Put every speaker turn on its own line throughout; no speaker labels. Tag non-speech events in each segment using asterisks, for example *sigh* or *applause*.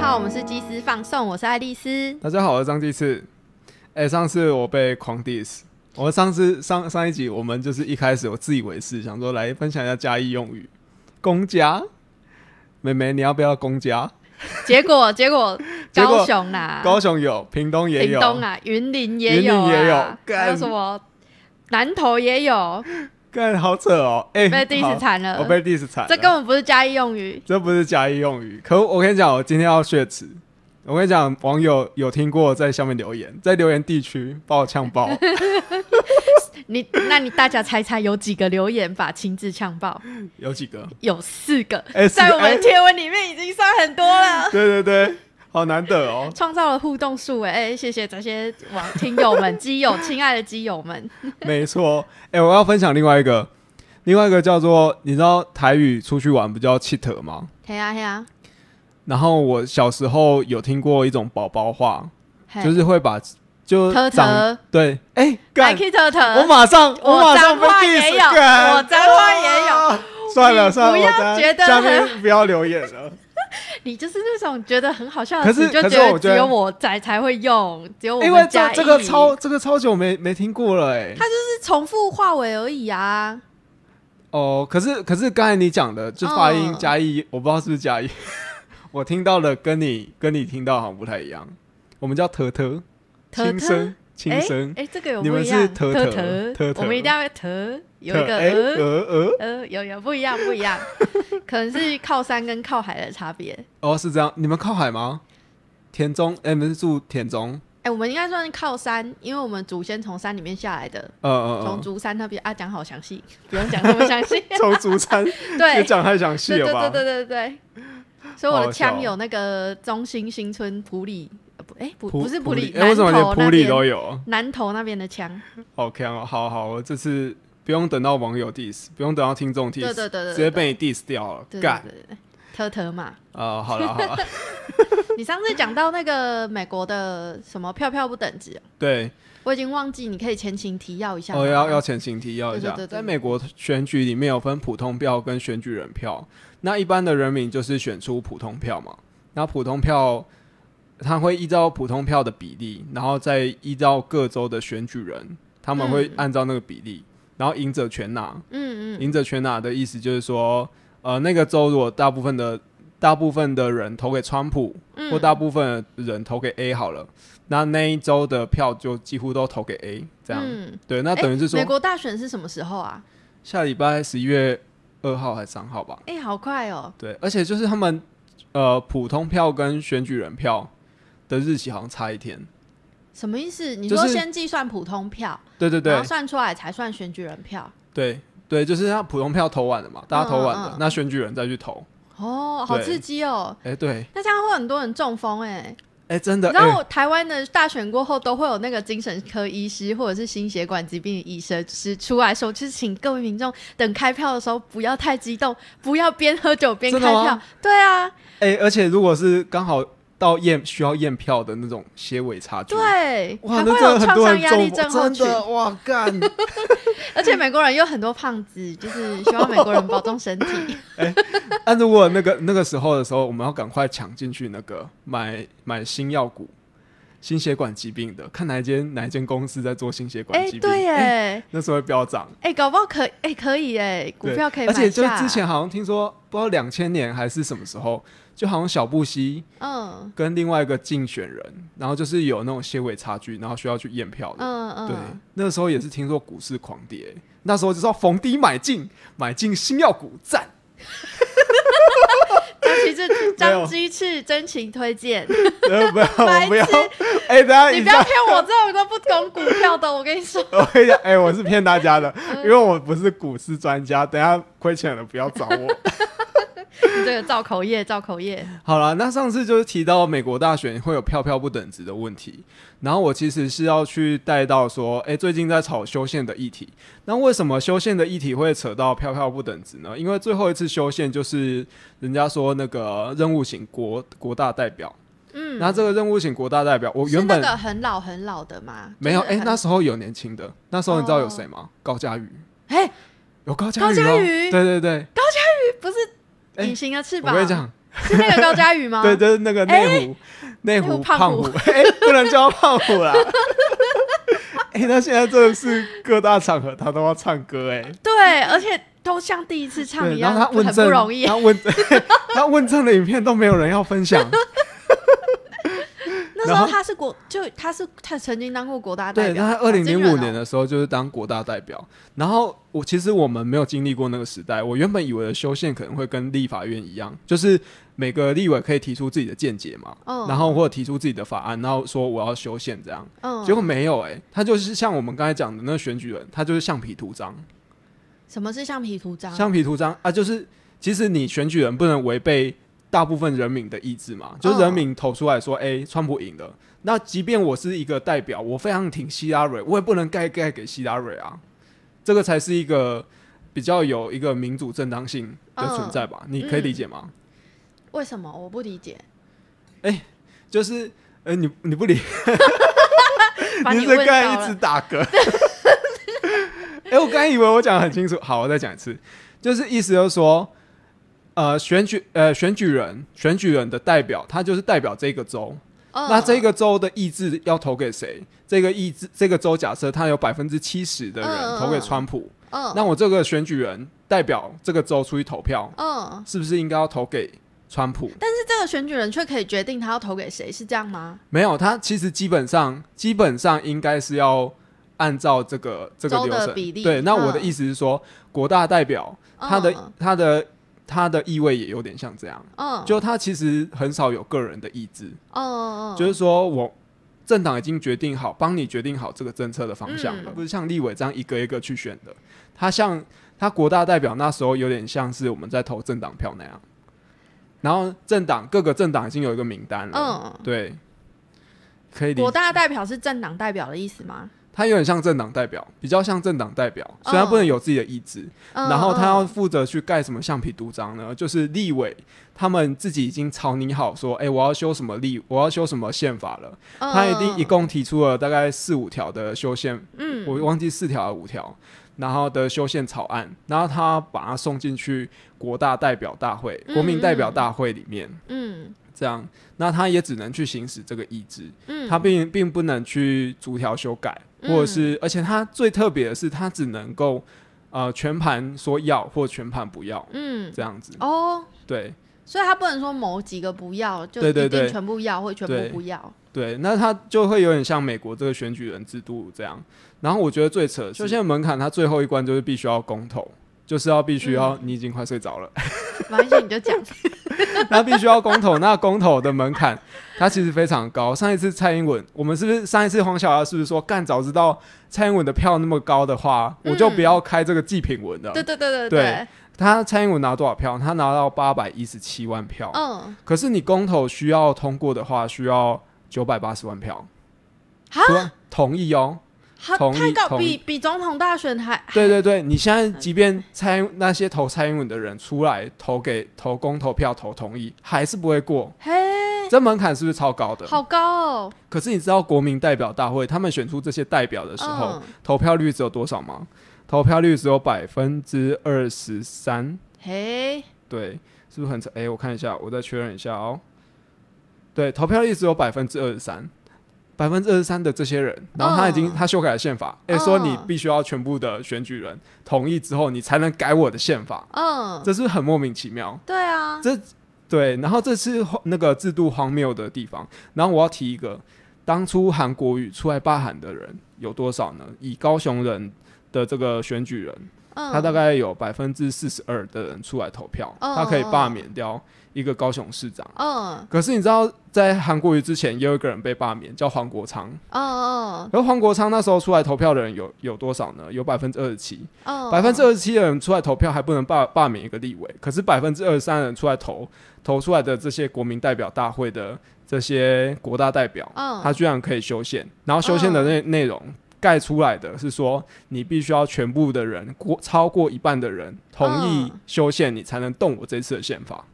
好，我们是基斯放送，我是爱丽丝。
大家好，我是张继次。哎、上次我被狂 diss，我上次上上一集我们就是一开始我自以为是，想说来分享一下嘉义用语，公家。妹妹，你要不要公家？
结
*laughs*
果，结果
结果
高雄啦，
高雄有，屏东也
啊屏
有，
东啊，云林也有、啊，
云林也有啊
还有
干
什么南投也有，
干好扯哦！哎、
被 diss
好
惨了。
我被 diss 惨了，
这根本不是嘉义用语，
这不是假意用语。可我跟你讲，我今天要血池。我跟你讲，网友有听过在下面留言，在留言地区把我呛
*laughs*
爆，
你那你大家猜猜有几个留言把亲自呛爆？
有几个？
有四个，
哎四
在
个
我
哎
们贴文里面已经算很多了。
对对对，好难得哦。
创造了互动数哎、哎谢谢这些网听友
*laughs*
们、基友、亲爱的基友们，
没错，哎、我要分享另外一个，另外一个叫做你知道台语出去玩不叫 cheat 吗？
嘿呀嘿呀，
然后我小时候有听过一种宝宝话，
嘿
就是会把就
特
长
特，
对，哎、
来
干，
去特特，
我马上
我
马上
脏
被
话
diss，
也有
干
我脏话也有
啊算了
你
算了，
不
我
要
等下
觉得
下
很
面不要留言了。
你就是那种觉得很好笑
可
的
是
词，就
可
觉
是
得
我觉
只
得
有我在才会用，只有我
因为
们
这
家
这个超这个超久没没听过了哎、
它就是重复化尾而已啊。
哦，可是可是刚才你讲的就发音
嗯
加一、我不知道是不是加一， *laughs* 我听到的跟你跟你听到好像不太一样。我们叫特特，
特
轻
特，
声轻声，
哎、这个有
你
不
们
一样，
是特特特特
我们一定要特有
特
一个
哎
呃
呃呃，
呃，有有不一样不一
*laughs*
样，可能是靠山跟靠海的差别。
哦是这样，你们靠海吗？田中，哎、你们是住田中？
哎、我们应该算是靠山，因为我们祖先从山里面下来的，
呃
从
呃
竹山那边啊，讲好详细，不用讲那么详
*laughs*
细。
呃，从竹山，
*laughs* 对
也，讲太详细
对对对
了吧？
对对对。所以我
好
的
好笑
枪
哦
有那个中心新村普里，呃不，哎、不
普
不是普里，
哎、为
南
什么连
投
普
那
里都
边，
有？
南投那边的枪。
好强哦！好好，我这次不用等到网友 diss，不用等到听众 diss，
对对对对对
直接被你 diss 掉了，
对对
干！
对对，特特嘛。
啊、好了好了，
你上次讲到那个美国的什么票票不等值，
*laughs* 对，
我已经忘记，你可以前情提要一下吗。
哦，要要前情提要
对
一下，
啊对对对
在美国选举里面有分普通票跟选举人票，那一般的人民就是选出普通票嘛，那普通票他会依照普通票的比例，然后再依照各州的选举人，他们会
嗯
按照那个比例，然后赢者全拿，
嗯嗯
赢者全拿的意思就是说，呃，那个州如果大部分的大部分的人投给川普，
嗯，
或大部分的人投给 A 好了，那那一周的票就几乎都投给 A，这样、
嗯，
对。那等于是说，
美国大选是什么时候啊？
下礼拜十一月二号还是三号吧？
哎、好快哦！
对，而且就是他们呃普通票跟选举人票的日期好像差一天。
什么意思？你
就
说
是
先计算普通票，
对对
然
对
后算出来才算选举人票。
对对，就是他普通票投完了嘛，大家投完了，
嗯嗯嗯
那选举人再去投。
哦，好
对
刺激哦！
哎、对，
那这样会很多人中风哎、
哎、真的，
你知
哎、
道我台湾的欸大选过后，都会有那个精神科医师或者是心血管疾病的医生，就是出来说，就是请各位民众等开票的时候不要太激动，不要边喝酒边开
真的
票
吗。
对啊，
哎、而且如果是刚好到验需要验票的那种些尾差距，，
对，
哇，
还
那
会
真
有
的很
创
多
伤
人
压力
中
症
风，
候
真
群，
的哇干。
而且美国人有很多胖子，就是希望美国人保重身
*laughs*
体。
但如果那个那个时候的时候，我们要赶快抢进去那个买买新药股、心血管疾病的，看哪一间哪一间公司在做心血管
哎、
疾病，
对耶，
哎
哎、
那时候会飙涨。
搞不好可哎、可以哎，股
对
票可以买
而且就是
下
之前好像听说，不知道两千年还是什么时候，就好像小布希
嗯
跟另外一个竞选人，然后就是有那种些微差距，然后需要去验票的。
嗯嗯，
对，那时候也是听说股市狂跌，那时候就是要逢低买进，买进新药股，赞。
张其志、
*laughs* 没
张
有
鸡翅真情推荐，
呃，不要，
白
我不要
痴，
哎、等一下
你
一
不
下
要。骗我这种都不懂股票的，我跟你说，
*laughs* 我跟你讲，哎、我是骗大家的，因为我不是股市专家，等一下亏钱了不要找我。
你 *laughs* 这个造口业，造口业，
*laughs* 好了，那上次就是提到美国大选会有票票不等值的问题，然后我其实是要去带到说，哎、最近在炒修宪的议题，那为什么修宪的议题会扯到票票不等值呢？因为最后一次修宪就是人家说那个任务型国国大代表，
嗯，
那这个任务型国大代表，我原本
是那个很老很老的嘛，
没有，
就是
哎、
很
那时候有年轻的，那时候你知道有谁吗？高佳瑜，
哎
有高佳
高
瑜
嘉
哦，
瑜
对对对。
不是
哎
隐形的翅
我
膀，
跟你讲，
是那个高佳宇吗？
*laughs* 对，就是那个内湖，内、
啊哎内
湖
湖胖
胖
虎
虎，哎、不能叫他胖
*laughs*
虎啦。哎、那现在真的是各大场合他都要唱歌哎、
对，而且都像第一次唱
对，
一
然
样，
后他问
很不
政，
容易。
他问 *laughs* 他问政的影片都没有人要分
*laughs*
享，
那时
然
候
后
他是国，就他是他曾经当过国大代
对，
表，
他
好
二零
惊
零
人
五
哦
年的时候就是当国大代表，然后我其实我们没有经历过那个时代，我原本以为的修宪可能会跟立法院一样，就是每个立委可以提出自己的见解嘛，
嗯
然后或者提出自己的法案，然后说我要修宪这样，
嗯，
结果没有哎、他就是像我们刚才讲的那个选举人，他就是橡皮图章，
什么是橡皮图章？
橡皮图章啊，就是其实你选举人不能违背大部分人民的意志嘛，就是人民投出来说，哎、川普赢了，那即便我是一个代表，我非常挺希拉蕊，我也不能盖盖给希拉蕊啊，这个才是一个比较有一个民主正当性的存在吧，你可以理解吗？
为什么我不理
*laughs*
解？
就是。呃，你你不理，
把
你是
问
刚
到
才一直
了。
打嗝。 *laughs* 哎、我刚才以为我讲得很清楚，好，我再讲一次，就是意思就是说，呃，选举呃选举人选举人的代表，他就是代表这个州，
嗯
那这个州的意志要投给谁？这个意志这个州假设他有百分之七十的
嗯嗯
人投给川普，
嗯
那我这个选举人代表这个州出去投票，
嗯，
是不是应该要投给川普？
但是这个选举人却可以决定他要投给谁，是这样吗？
没有，他其实基本上基本上应该是要按照这个这个
州
流
的
程。
比例
对，那我的
嗯
意思是说，国大代表他的、
嗯
他的他的意味也有点像这样，
嗯，
就他其实很少有个人的意志，
嗯嗯，
就是说我。政党已经决定好，帮你决定好这个政策的方向了，
嗯
不是像立委这样一个一个去选的。他像他国大代表那时候有点像是我们在投政党票那样，然后政党各个政党已经有一个名单了，
嗯，
对，可以理
国大代表是政党代表的意思吗？
他有点像政党代表，比较像政党代表，所以他
嗯
不能有自己的意志。
嗯
然后他要
嗯
负责去盖什么橡皮图章呢？就是立委他们自己已经草拟好说，哎、我要修什么立，我要修什么宪法了。
嗯
他一定一共提出了大概四五条的修宪，
嗯
我忘记四条还是五条，然后的修宪草案，然后他把它送进去国大代表大会、国民代表大会里面，
嗯
这样，那他也只能去行使这个意志。
嗯，
他并并不能去逐条修改，
嗯
或者是，而且他最特别的是，他只能够呃全盘说要或全盘不要
嗯
这样子。
哦，
对
所以他不能说某几个不要，就
对
一
对
定
对
全部要或全
对
部不要。
对，那他就会有点像美国这个选举人制度这样。然后我觉得最扯的是，就现在门槛，他最后一关就是必须要公投。就是要必须
嗯
要，你已经快睡着了，
没关系，你就讲。
*laughs* 那必须要公投。那公投的门槛，它其实非常高。上一次蔡英文，我们是不是上一次黄小丫是不是说，干早知道蔡英文的票那么高的话，我就
嗯
不要开这个祭品文了。
对对对对
对，他蔡英文拿多少票？他拿到八百一十七万票。
嗯，
可是你公投需要通过的话，需要九百八十万票。
哈
除了同意哦，
他
同
太
意
高，
同
比
意
比总统大选还
对对对，你现在即便蔡英那些投蔡英文的人出来投给投公投票投同意，还是不会过，
嘿，
这门槛是不是超高的？
好高哦。
可是你知道国民代表大会他们选出这些代表的时候，
嗯，
投票率只有多少吗？投票率只有百分之二十三。
嘿，
对，是不是很扯？哎、我看一下，我再确认一下哦。对，投票率只有百分之二十三，百分之二十三的这些人，然后他已经、
嗯
他修改了宪法，哎、
嗯
说你必须要全部的选举人同意之后，你才能改我的宪法，
嗯，
这是不是很莫名其妙。
对啊，
这对，然后这是荒那个制度荒谬的地方。然后我要提一个，当初韩国语出来罢韩的人有多少呢？以高雄人的这个选举人，
嗯，
他大概有百分之四十二的人出来投票，
嗯
他可以罢免掉一个高雄市长。
嗯
可是你知道，在韩国瑜之前也有一个人被罢免，叫黄国昌。
嗯嗯
而黄国昌那时候出来投票的人有有多少呢？有百分之二十七，
嗯，
百分之二十七的人出来投票还不能罢罢免一个立委，可是百分之二十三的人出来投投出来的这些国民代表大会的这些国大代表，
嗯
他居然可以修宪，然后修宪的内内容盖出来的是说，你必须要全部的人过超过一半的人同意
嗯
修宪，你才能动我这次的宪法，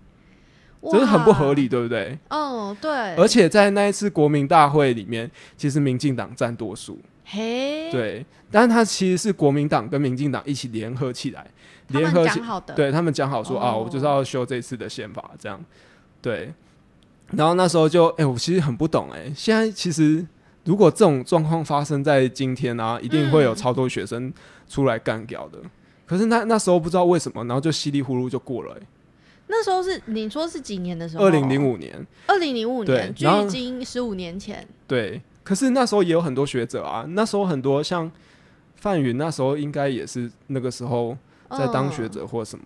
哇
这是很不合理，。对不对？
嗯，对，
而且在那一次国民大会里面，其实民进党占多数，
嘿，，
对，但是他其实是国民党跟民进党一起联合起来，
他
联
们
合起
讲好的，
对他们讲好说、啊，
哦
我就是要修这次的宪法，这样对，然后那时候就，哎、我其实很不懂、哎，现在其实如果这种状况发生在今天啊，一定会有
嗯
超多学生出来干掉的。可是那那时候不知道为什么，然后就稀里糊涂就过了、哎
那时候是你说是几年的时候？
二零零，五年，
二零零五年，距
对然后
今十五年前。
对。可是那时候也有很多学者啊，那时候很多像范云，那时候应该也是那个时候在当学
嗯
者或什么。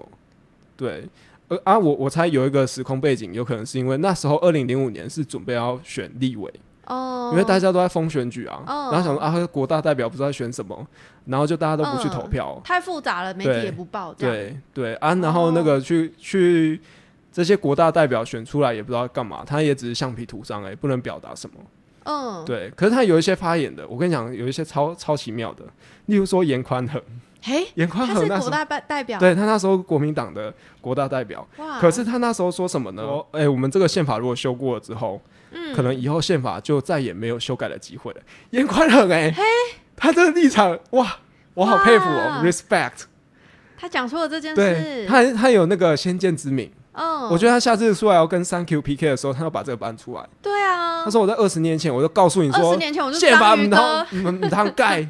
对，呃啊，我我猜有一个时空背景，有可能是因为那时候二零零五年是准备要选立委，
哦，
因为大家都在封选举啊，
哦
然后想说啊，国大代表不知道选什么，然后就大家都不去
嗯
投票。
太复杂了，媒体
对
也不报。这样，哦
对对啊，然后那个去、去这些国大代表选出来也不知道干嘛，他也只是橡皮图章哎、不能表达什么。
嗯，
对，可是他有一些发言的，我跟你讲，有一些超超奇妙的，例如说严宽恒，
嘿，
严宽
他
恒
是
那时
国
候，
大代代表，
对他那时候国民党的国大代表，
哇，
可是他那时候说什么呢？哎、我们这个宪法如果修过了之后，
嗯
可能以后宪法就再也没有修改的机会了。严宽恒哎，他这个立场哇，我好佩服哦
哇
，respect。
他讲出了这件
对
事，
他，他有那个先见之明。
嗯，
我觉得他下次出来要跟三 Q PK 的时候，他要把这个搬出来。
对啊
他，说我在二十年前我就告诉你
二
说
十，年前我就
宪法
章鱼
唔
哥
通，唔 *laughs* 唔通改，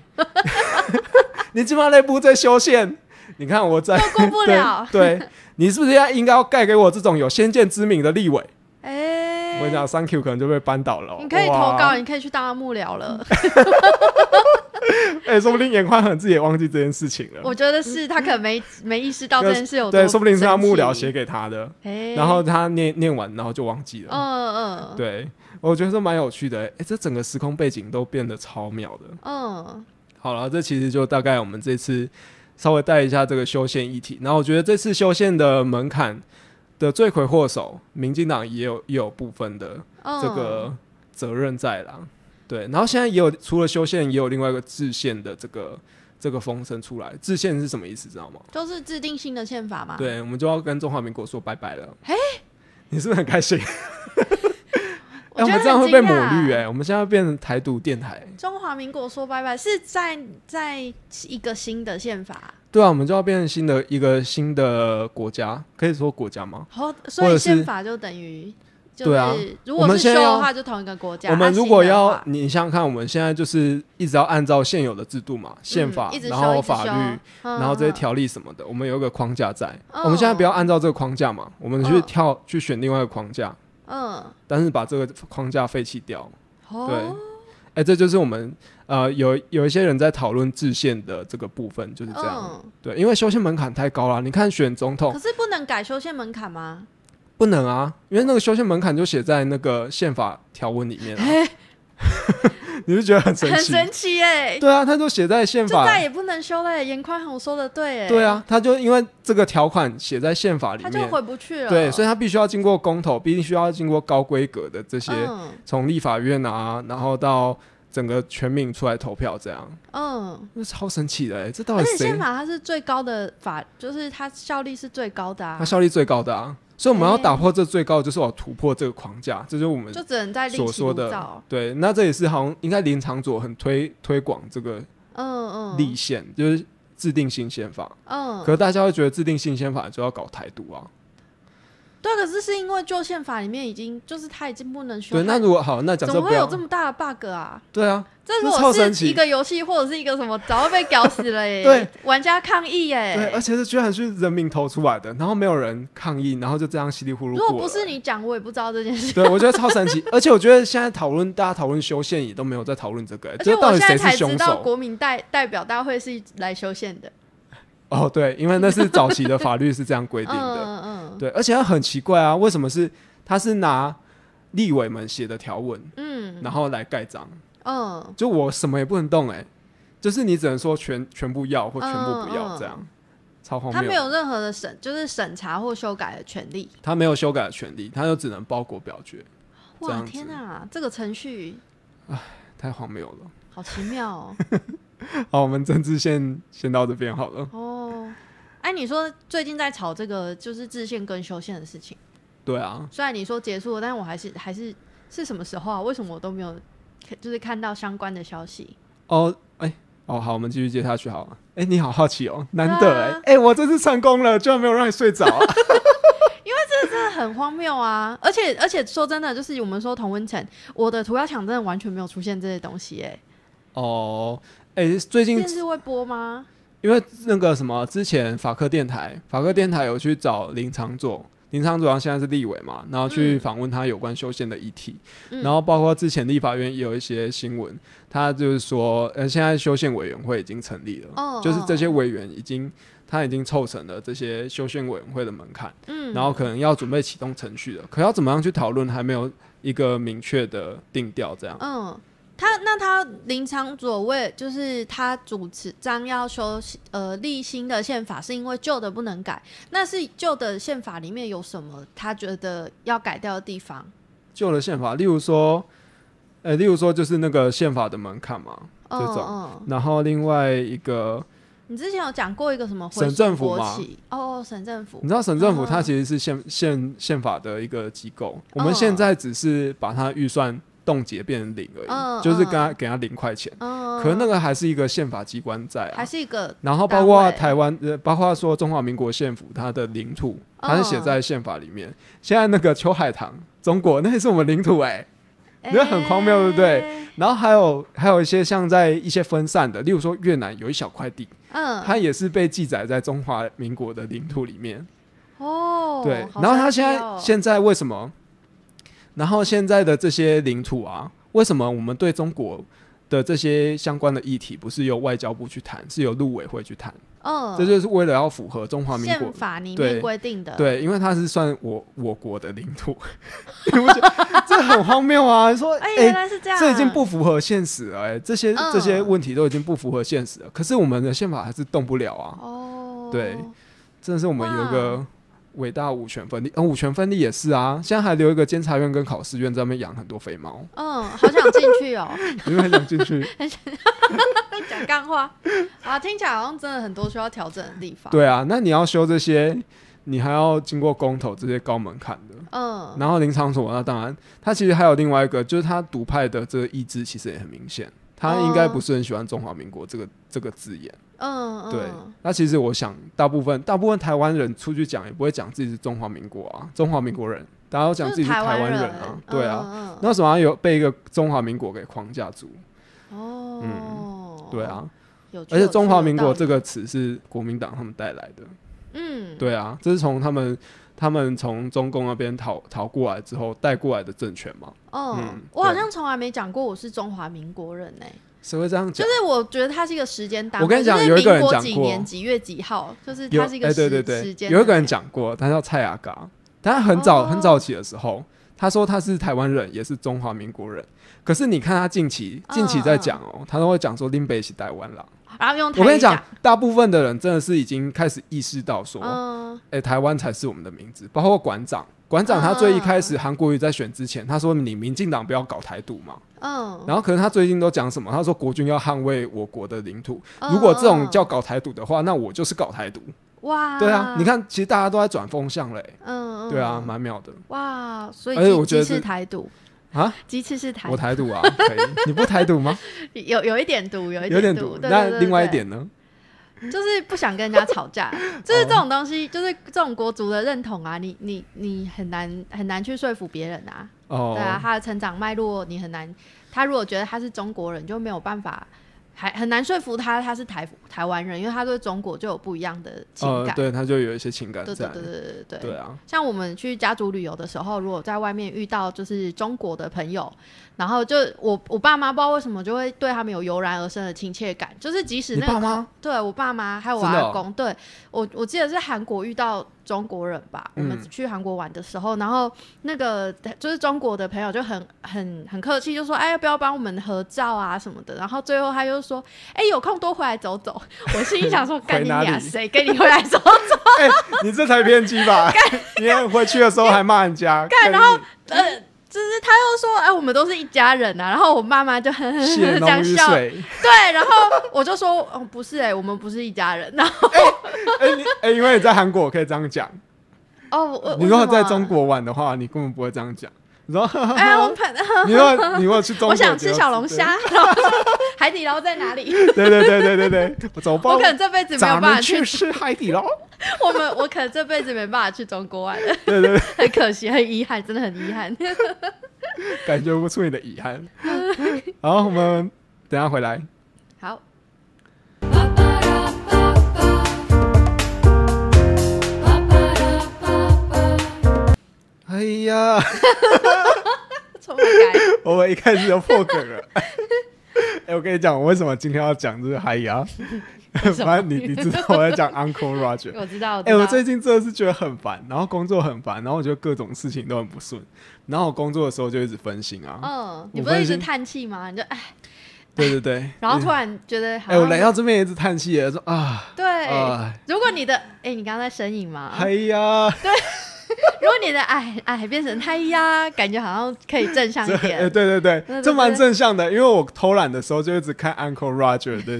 你今晚内部在修宪。你看我在
都过不了
对，对你是不是要应该要盖给我这种有先见之明的立委？
哎，
我跟你讲，三 Q 可能就被扳倒了哦、
你可以投
哇嗯
稿，你可以去当他幕僚了。
*laughs* 哎、说不定严宽恒自己也忘记这件事情了。
*laughs* 我觉得是他可能没没意识到这件事有多
对，说不定是他幕僚写
神奇，
给他的，
哎，
然后他念念完，然后就忘记了。
嗯嗯
对，我觉得这蛮有趣的、哎、这整个时空背景都变得超妙的。
嗯，
好了，这其实就大概我们这次稍微带一下这个修宪议题。然后我觉得这次修宪的门槛的罪魁祸首，民进党也有也有部分的
嗯
这个责任在啦。对，然后现在也有除了修宪，也有另外一个制宪的这个这个风声出来。制宪是什么意思？知道吗？
就是制定新的宪法嘛。，
对，我们就要跟中华民国说拜拜了。
啊嘿
你是不是很开心？
我
哎我
觉
们
得
这样会
很
被
惊
抹
讶
绿哎、我们现在变成台独电台。
中华民国说拜拜是在在一个新的宪法，
对啊，我们就要变成新的一个新的国家，可以说国家吗？
哦，
或
所
者
以
是
宪法就等于就
对啊
是如
我
果
们
是
现
修
在
的
要
话，就同一个国家。
我们
啊
如果要
新的话
你想想看，我们现在就是一直要按照现有的制度嘛，宪
嗯
法
一，直
然
修
后
一直
法
修
律，
嗯
然后这些
嗯
条例什么的，我们有一个框架在。
哦
我们现在不要按照这个框架嘛，我们去
哦
跳去选另外一个框架，
嗯，
但是把这个框架废弃掉。
哦，
哎，这就是我们呃有有一些人在讨论制宪的这个部分，就是这样。
嗯，
对，因为修宪门槛太高了，你看选总统
可是不能改修宪门槛吗？
不能啊，因为那个修宪门槛就写在那个宪法条文里
*laughs*
面啊、
哎，
你是觉得很神
很
奇？
神奇哎，
对啊，他就写在宪
就
法
再也不能修了耶。严宽宏说的对，哎，
对，啊，他就因为这个条款写在宪法里
他就
面，
回不去了。
对，所
以
以他必须要经过公投，必须要经过高规格的这些，
嗯
从立法院啊，然后到整个全民出来投票，这样
嗯，
那超神奇的、欸，这到
而
底
且
谁
宪？法它是最高的法，就是它效力是最高的啊
它。效力最高的啊，所以我们要
哎
打破这最高，就是要突破这个框架，这就是我们
就只能在另
所
起
说
炉
的
灶。
对。那这也是好像应该林长佐很推推广这个
嗯嗯，
立宪，就是制定新宪法。
嗯，
可是大家会觉得制定新宪法就要搞台独啊，
对，可是是因为旧宪法里面已经就是它已经不能修
对。
改，
那如果好，那假
怎么
设不
会有
要
这，么大的 bug 啊？
对啊，
这如
那超
果
神
是
奇
一个游戏或者是一个什么，早就被搞死了耶！
*laughs* 对，
玩家抗议
对，而
耶！
且是居然是人民投出来的，然后没有人抗议，然后就这样稀里糊涂
如
过了。
果不是你讲，我也不知道这件事。
*laughs* 对，我觉得超神奇，而且我觉得现在讨论，大家讨论修宪也都没有在讨论这个、欸，
而且
这到
我
底
现在
谁是
才知
凶
道
手？
国民代代表大会是来修宪的。
哦，对，因为那是早期的法律是这样规
嗯
定的，
嗯嗯
对，而且它很奇怪啊，为什么是他是拿立委们写的条文，
嗯
然后来盖章，
嗯，
就我什么也不能动、欸，哎，就是你只能说全全部要或全部
嗯
不
嗯
要这样，超荒
他
谬
没
的。
有任何的审，就是审查或修改的权利。
他没有修改的权利，他就只能包裹表决，这
哇，
样子
天哪，这个程序
太荒谬了。
好奇妙哦。
*laughs* 好，我们政治线先到这边好了。
哦，哎，你说最近在吵这个就是制宪跟修宪的事情，
对啊，
虽然你说结束了，但我还是还是是什么时候啊？为什么我都没有看就是看到相关的消息？
哦，哎、哦，好，我们继续接下去好了。哎、你好好奇哦，难
对
得
啊
啊哎、哎、我这次成功了，居然没有让你睡着、
这真的很荒谬啊！而且而且说真的，就是我们说同温层，我的涂鸦墙真的完全没有出现这些东西、哎，
*laughs* 哦，哎、最近
电视会播吗？
因为那个什么，之前法克电台，法克电台有去找林长佐，林长佐现在是立委嘛，然后去
嗯
访问他有关修宪的议题，
嗯
然后包括之前立法院也有一些新闻，他就是说，呃，现在修宪委员会已经成立了，
哦
就是这些
哦
委员已经他已经凑成了这些修宪委员会的门槛，
嗯，
然后可能要准备启动程序了，可要怎么样去讨论，还没有一个明确的定调，这样。
嗯，他那他林长佐为就是他主持张要修呃立新的宪法，是因为旧的不能改，那是旧的宪法里面有什么他觉得要改掉的地方？
旧的宪法，例如说，呃，例如说就是那个宪法的门槛嘛，这
嗯
种
嗯，
然后另外一个，
你之前有讲过一个什么回
省
溯
政府
国
嘛
旗哦，省政府
你，知道省政府
嗯
它其实是宪宪宪法的一个机构，我们
嗯
现在只是把它预算冻结变成零而
嗯
已，就是
嗯
给它给它零块钱，
嗯，
可那个还是一个宪法机关在
还
啊。
是一个
然后包括
单位
台湾，呃，包括说中华民国宪府它的领土，它是写
嗯
在宪法里面。现在那个秋海棠，中国那是我们领土哎、你觉得很荒谬对不对
哎？
然后还有还有一些像在一些分散的，例如说越南有一小块地，
嗯，
它也是被记载在中华民国的领土里面。
哦，
对，
好
然后
神
它
奇
现在、
哦
现在为什么？然后现在的这些领土啊，为什么我们对中国的这些相关的议题不是由外交部去谈，是由陆委会去谈？
嗯，
这就是为了要符合中华民国
宪。法里
对
面规定的，
对，因为它是算我我国的领土， *laughs* 你不觉得这很荒谬啊？你说，
哎，
哎、
原来是这样，
这已经不符合现实了、哎，这些、
嗯
这些问题都已经不符合现实了。可是我们的宪法还是动不了啊！
哦，
对真的是我们有一
哇
个伟大五权分立，呃，五权分立也是啊，现在还留一个监察院跟考试院在那边养很多
*laughs*
肥猫，
嗯，好想进去 *laughs* 哦，
你们想进去？
讲干话啊，听起来好像真的很多需要调整的地方，，
对啊，那你要修这些，你还要经过公投这些高门槛的。
嗯，
然后林场所，那啊当然，他其实还有另外一个，就是他独派的这个意志其实也很明显，他应该不是很喜欢中华民国这个这个字眼。
嗯嗯，
对，那其实我想，大部分大部分台湾人出去讲，也不会讲自己是中华民国啊，中华民国人，大家都讲自己
就是是
台湾
湾
人啊，对啊。
啊
那为什么要有被一个中华民国给框架住？
哦，
对，啊，
有趣，
而且中华民国
有趣
这个词是国民党他们带来的，
嗯，
对啊，这是从他们他们从中共那边逃逃过来之后带过来的政权嘛，
嗯
嗯，
我好
对
像从来没讲过我是中华民国人呢，
谁会这样
就
讲？
是我觉得它是一个时间单位，
我跟你讲
就是
有一个人
民国
讲
几
过
年几月几号，就是
有
它是一个
哎
时
对对
时
对，
间
有一个
单
人
位
讲过，他叫蔡雅嘎，但他很早、
哦
很早期的时候，他说他是台湾人，也是中华民国人。可是你看他近期
嗯
近期在讲哦、他都会讲说林北是台湾啦。
然后用台
我跟你
语
讲，，大部分的人真的是已经开始意识到说，哎、
嗯，
台湾才是我们的名字，包括馆长。馆长他最一开
嗯
始韩国瑜在选之前，他说你民进党不要搞台独嘛，
嗯，
然后可能他最近都讲什么？他说国军要捍卫我国的领土，
嗯
如果这种叫搞台独的话，那我就是搞台独。
哇，
对啊，你，看，其实大家都在转风向嘞、
嗯，嗯
对啊，，蛮妙的
哇，所以
而且
鸡
我觉得
鸡翅
是
台独，
啊！
鸡翅是台
我，台独啊，可以，你不台独吗？
有 *laughs* 有一点毒，有一
有点
毒
独，，
对
那另外一，
对对
点呢？
对就是不想跟人家吵
*laughs*
架，就是
哦
这种东西，就是这种国足的认同啊，你你你很难很难去说服别人啊，
哦
对，啊，他的成长脉络你很难，他如果觉得他是中国人，就没有办法。还很难说服他，他是台台湾人，因为他对中国就有不一样的情
呃，
感。
对，他就有一些情感
对
在
对，对对对对
对啊，
像我们去家族旅游的时候，如果在外面遇到就是中国的朋友，然后就我我爸妈不知道为什么就会对他们有油然而生的亲切感，就是即使
你
那
爸
个
妈
对我爸妈还有我
真的哦
阿公，对我我记得是韩国遇到中国人吧，我
嗯
们去韩国玩的时候，然后那个就是中国的朋友就很很很客气，就说哎要不要帮我们合照啊什么的，然后最后他又说哎有空多回来走 *laughs* 走，我心里想说
回
干你
哪里
俩谁跟你回来走
哎你这才偏激
*laughs*
吧？你看回去的时候还骂人家，干然后
呃，就是他又说，哎、我们都是一家人啊。然后我妈妈就很
血
这
浓
样
于
笑，
水。
对。然后我就说，哦，不是、哎，我们不是一家人。然后
哎，你哎，因为你在韩国，我可以这样讲。
哦，我
你如果在中，
为
国玩的话，你根本不会这样讲。你说， *laughs*
什么啊哎、我们 *laughs*
你如果你如果去中国，
我想吃小龙
对，
虾，然后说海底捞在
*laughs*
哪里？
对对对对对对，我走吧
我可，能这辈子没有
咱
办法
们
去
去，吃海底捞。
我们我可能这辈子没办法去中国玩了，
对对对，
很可惜，很遗憾，真的很遗憾。
感觉不出你的遗憾。 *laughs* 好，我们等一下回来。
好，
哎呀，
重改。
我们一开始就破梗了。哎、我跟你讲，我为什么今天要讲这个海牙？ *laughs*
什么
反正你你知道我在讲 Uncle Roger。
我知道，
哎、
知
我
道
最近真的是觉得很烦，然后工作很烦，然后我觉得各种事情都很不顺，然后我工作的时候就一直分心啊。
嗯，你
我
不是
分
一直
心
叹气吗？你就哎，
对对对。
然后突然觉得好
哎、我
像，
来到这边也一直叹气耶，说啊，
对。
啊，
如果你的哎，你刚刚在呻吟嘛？
哎呀，
如果你的哎哎变成嗨呀，感觉好像可以正向
这
一
哎、
点，
对对对，
对
这
对
蛮
对
正向的，因为我偷懒的时候就一直看 Uncle Roger 的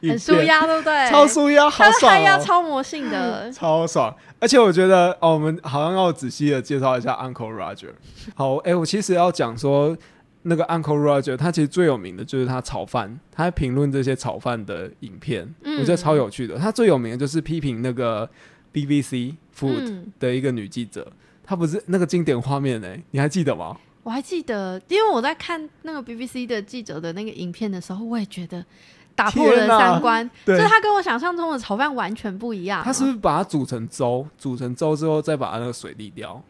影
*laughs* 很舒
片，
压，对不对？
超舒压，好
他是
爽、
嗨
哦嗯
呀，超魔性的。
超爽！而且我觉得哦，我们好像要仔细的介绍一下 Uncle Roger。好，哎、我其实要讲说，那个 Uncle Roger 他其实最有名的就是他炒饭，他在评论这些炒饭的影片，
嗯
我觉得超有趣的。他最有名的就是批评那个 BBC Food
嗯，
的一个女记者，她不是那个经典画面呢、你还记得吗？
我还记得，因为我在看那个 BBC 的记者的那个影片的时候，我也觉得打破了
天哪
三观，
对
就是他跟我想象中的炒饭完全不一样啊。
他是不是把它煮成粥，煮成粥之后再把那个水沥掉？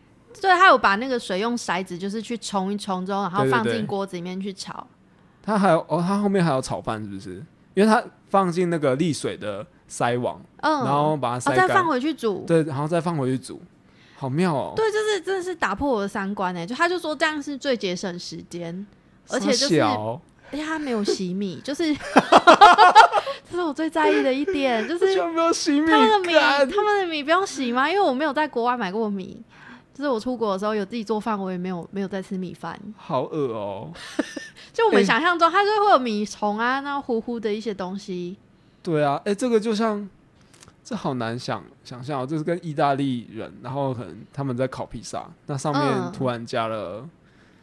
对，他有把那个水用筛子就是去冲一冲之后，然后
对对
放
对
进锅子里面去炒。
他还有哦，他后面还有炒饭是不是？因为他放进那个沥水的筛网。
嗯，
然后把它
哦
晒
再
干，
放回去煮。
对，然后再放回去煮，好妙哦！
对，就是真的是打破我的三观哎、就他就说这样是最节省时间，而且
傻
就是
小
而且他没有洗米，就是 *laughs* 这是我最在意的一点，就
这 *laughs* 居
是
然没有洗米
他们的米，
干，
他们的米不用洗吗？因为我没有在国外买过米，就是我出国的时候有自己做饭，我也没有没有在吃米饭，
好恶哦！
就我们
哎
想象中它就会有米虫啊，那糊糊的一些东西。
对啊，哎，这个就像，这好难想想象哦，这是跟意大利人，然后可能他们在烤披萨，那上面
嗯
突然加了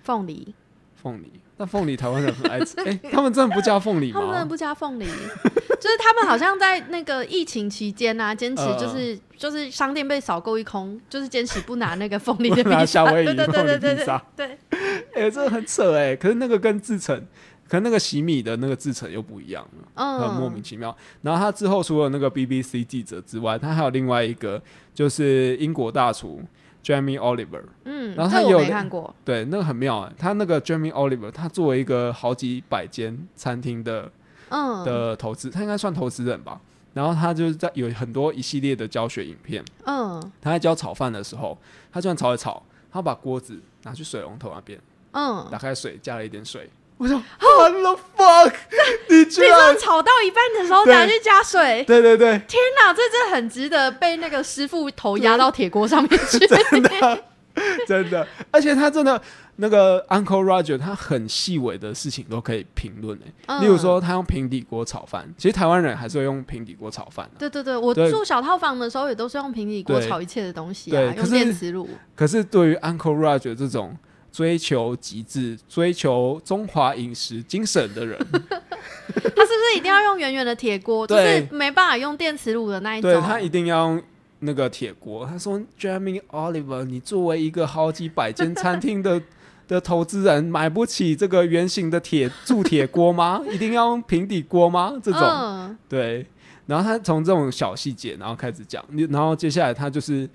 凤梨，
凤梨，那凤梨台湾人很爱吃，哎，他们真的不加凤梨
他们真的
吗？
不加凤梨， *laughs* 就是他们好像在那个疫情期间
*laughs*
啊，坚持
呃
就是、就是商店被扫购一空，就是坚持不拿那个凤梨的披
不 *laughs* 拿
萨，
夏威夷
对对
凤
对
梨
对
披
对
萨
对对，
哎，这个很扯哎，可是那个跟制成，可是那个洗米的那个制成又不一样了。
嗯，
很莫名其妙。然后他之后除了那个 BBC 记者之外，他还有另外一个就是英国大厨 Jamie Oliver，
嗯，
然后他
这
也有
我没
那
看过，
对，那个很妙哎、他那个 Jamie Oliver，他作为一个好几百间餐厅的
嗯
的投资，他应该算投资人吧。然后他就是在有很多一系列的教学影片，
嗯
他在教炒饭的时候，他居然炒一炒，他把锅子拿去水龙头那边，
嗯，
打开水加了一点水。我想 *laughs* ，What the fuck！你居
所以
然
说炒到一半的时候
啊对
拿去加水，
对对对，
天哪，这真的很值得被那个师傅头压到铁锅上面去，
*laughs* 真的，而且他真的那个 Uncle Roger，他很细微的事情都可以评论诶。
嗯
例如说，他用平底锅炒饭，其实台湾人还是会用平底锅炒饭、啊、
对对对，我
对
住小套房的时候也都是用平底锅
对
炒一切的东西
对
啊，
可
用
是
电磁炉。
可是对于 Uncle Roger 这种追求极致、追求中华饮食精神的人，
他是不是一定要用圆圆的铁锅？就
对
是没办法用电磁炉的那一种。
对他一定要用那个铁锅。他说：“Jamie Oliver，你作为一个好几百间餐
*laughs*
厅的的投资人，买不起这个圆形的铁铸铁
*laughs*
锅吗？一定要用平底锅吗？这种。
嗯
对，然后他从这种小细节，然后开始讲，你然后接下来他就是，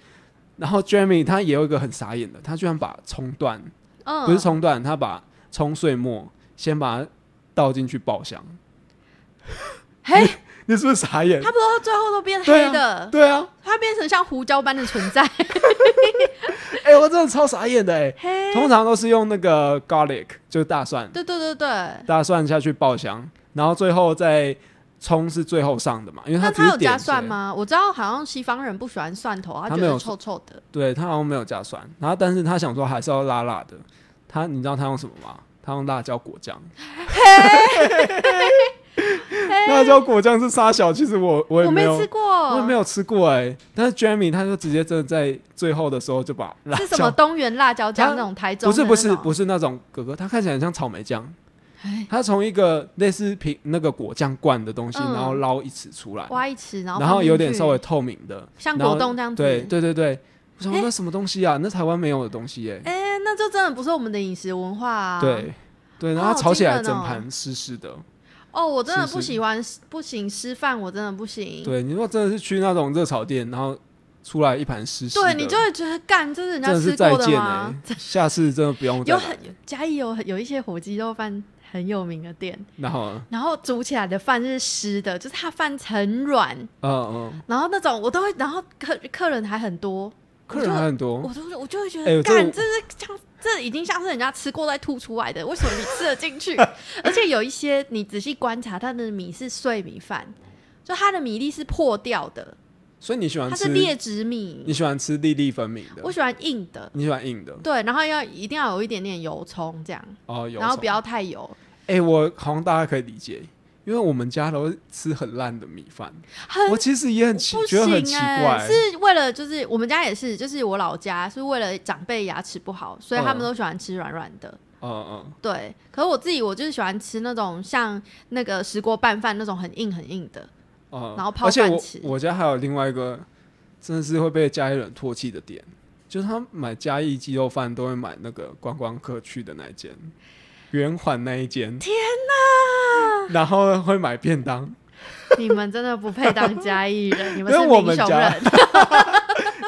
然后 Jeremy 他也有一个很傻眼的，他居然把葱段
嗯，
不是葱段，他把葱碎末先把它倒进去爆香，
嘿，
你是不是傻眼
他？不都最后都变黑的，
对啊，
它变成像胡椒般的存
*laughs*
在。
哎、我真的超傻眼的哎、
嘿，
通常都是用那个 garlic 就是大蒜，
对对对对，
大蒜下去爆香，然后最后再葱是最后上的嘛，因为
那
只
它有
是点
加
缀
蒜？吗？我知道好像西方人不喜欢蒜头，他
他
觉
没有
得臭臭的。
对他好像没有加蒜，然后但是他想说还是要辣辣的。他你知道他用什么吗？他用辣椒果酱。 *laughs* 辣椒果酱是沙小，其实我我也
我
没
没
有，
吃过，
我也没有吃过哎、但是 Jamie 他就直接真的在最后的时候就把辣 *laughs*
是什么
椒，
东源辣椒酱
它
那种台中
不
的
是
那
不
种？
是不是那种哥哥，它看起来很像草莓酱，
哎
他从一个类似瓶那个果酱罐的东西，
嗯
然后捞一匙出来，
挖一匙，然后
然
然
后有点稍微透明的，
像
然后
果冻这样子。
对对对对，我想说
哎
那什么东西啊？那台湾没有的东西耶、
哎、那就真的不是我们的饮食文化啊。
对对，然后
好
它炒起来
惊人
整
哦
盘湿湿的。
哦，我真的
是
不
是
喜欢，不行，吃饭我真的不行。
对，你如果真的是去那种热炒店，然后出来一盘湿湿的，
对，你就会觉得干，这是人
真
家
的
吃
是再
过的
见
吗
哎、？下次真的不用再
有
来
很。嘉义有有一些火鸡肉饭很有名的店，
然后，
然后煮起来的饭是湿的，就是它饭很软，
嗯嗯，
然后那种我都会，然后客客人还很多，
客人还很多，
我都我就会觉
哎
得
这
干、
我
这是像这已经像是人家吃过再吐出来的，为什么你吃得进
*laughs*
去？而且有一些你仔细观察，它的米是碎米饭，就它的米粒是破掉的，
所以你喜欢
它
吃
是劣质
你
米，
喜欢吃粒粒分明的
我，喜欢硬的。
你喜欢硬的
对，然后要一定要有一点点油葱这样，
哦，有
然后
什
不要太油。
哎、我好像大家可以理解，因为我们家都是吃很烂的米饭，
很
我其实也很奇
不，
觉
行
得很奇怪、
哎、是为了就是我们家也是，就是我老家是为了长辈牙齿不好，所以他们
嗯
都喜欢吃软软的。
嗯
对，可是我自己我就是喜欢吃那种像那个石锅拌饭那种很硬很硬的，
嗯嗯，
然后泡
而且
饭
我
吃
我家还有另外一个真的是会被嘉义人唾弃的点，就是他买嘉义鸡肉饭都会买那个观光客去的那一间，圆环那一间，天哪！然后会买便
*laughs*
当，
你们真的不配当嘉义人，你们
*laughs* 因
是
为我
民
们
雄
家
人，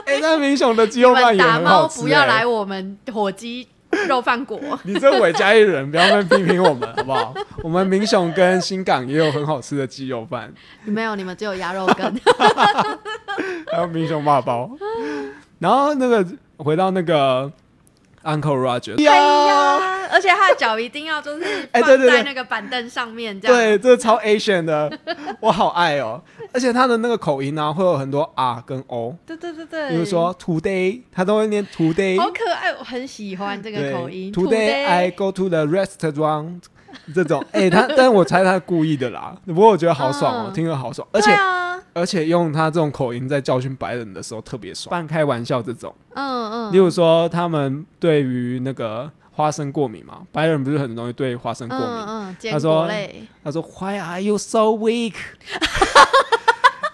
哎、那民雄的鸡
你
肉饭
们
也
打
很
猫
好吃、
不要
哎
来我们火鸡肉饭国。
你这伪嘉义人，不要再批评我们好 *laughs* 不好？我们民雄跟新港也有很好吃的鸡肉饭，
没有，你们只有鸭肉
*laughs*
羹。
还有民雄骂包。然后那个回到那个 Uncle Roger，
哎呀，而且他的脚一定要就是
啊哎
放
对对对
在那个板凳上面这样。
对，这超 Asian 的，我好爱哦。而且他的那个口音呢、啊，会有很多 R 跟 O，
对对对对，
比如说 Today，他都会念 Today，
好可爱，我很喜欢这个
对
口音。
Today I go to the restaurant，这种哎、他，但我猜他是故意的啦。不过我觉得好爽哦，
嗯
听着好爽，而
对
且。
啊，
而且用他这种口音在教训白人的时候特别爽，半开玩笑这种。
嗯嗯，
例如说，他们对于那个花生过敏嘛，白人不是很容易对花生过敏。
嗯嗯，
他
坚
说
果类。
他说，Why are you so weak? *laughs*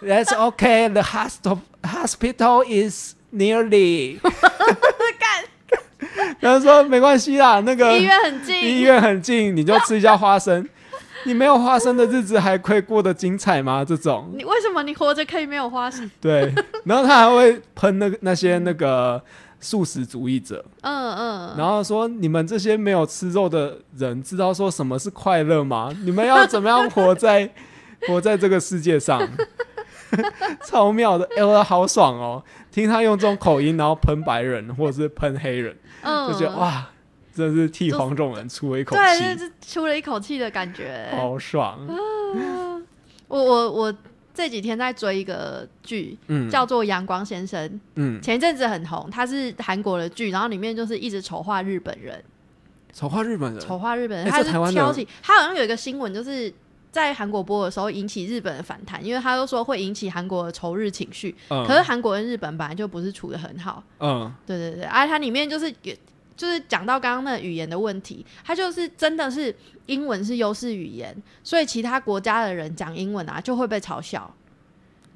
That's okay. The hospital hospital is nearly.
*laughs*
他说没关系啦，那个
医院很
医
近，
院很近，你就吃一下花生。你没有花生的日子还可以过得精彩吗？这种
你为什么你活着可以没有花生？
对，然后他还会喷那个那些那个素食主义者，
嗯嗯，
然后说你们这些没有吃肉的人，知道说什么是快乐吗？你们要怎么样活在 *laughs* 活在这个世界上？ *laughs* 超妙的，哎、我好爽哦！听他用这种口音，然后喷白人或者是喷黑人，
嗯，
就觉得哇，真是替黄种人出了一口
对，
气，
就是嗯出了一口气的感觉。
好爽。
我我我这几天在追一个剧，
嗯
叫做《阳光先生》，
嗯，
前一阵子很红，它是韩国的剧，然后里面就是一直丑化日本人，
丑化日本人，
丑化日本人，
哎
他
这
是
台湾的
挑起，他好像有一个新闻就是。在韩国播的时候引起日本的反弹，因为他都说会引起韩国的仇日情绪。
嗯
可是韩国跟日本本来就不是处的很好，
嗯
对对对，而、它里面就是也就是讲到刚刚那语言的问题，它就是真的是英文是优势语言，所以其他国家的人讲英文啊就会被嘲笑，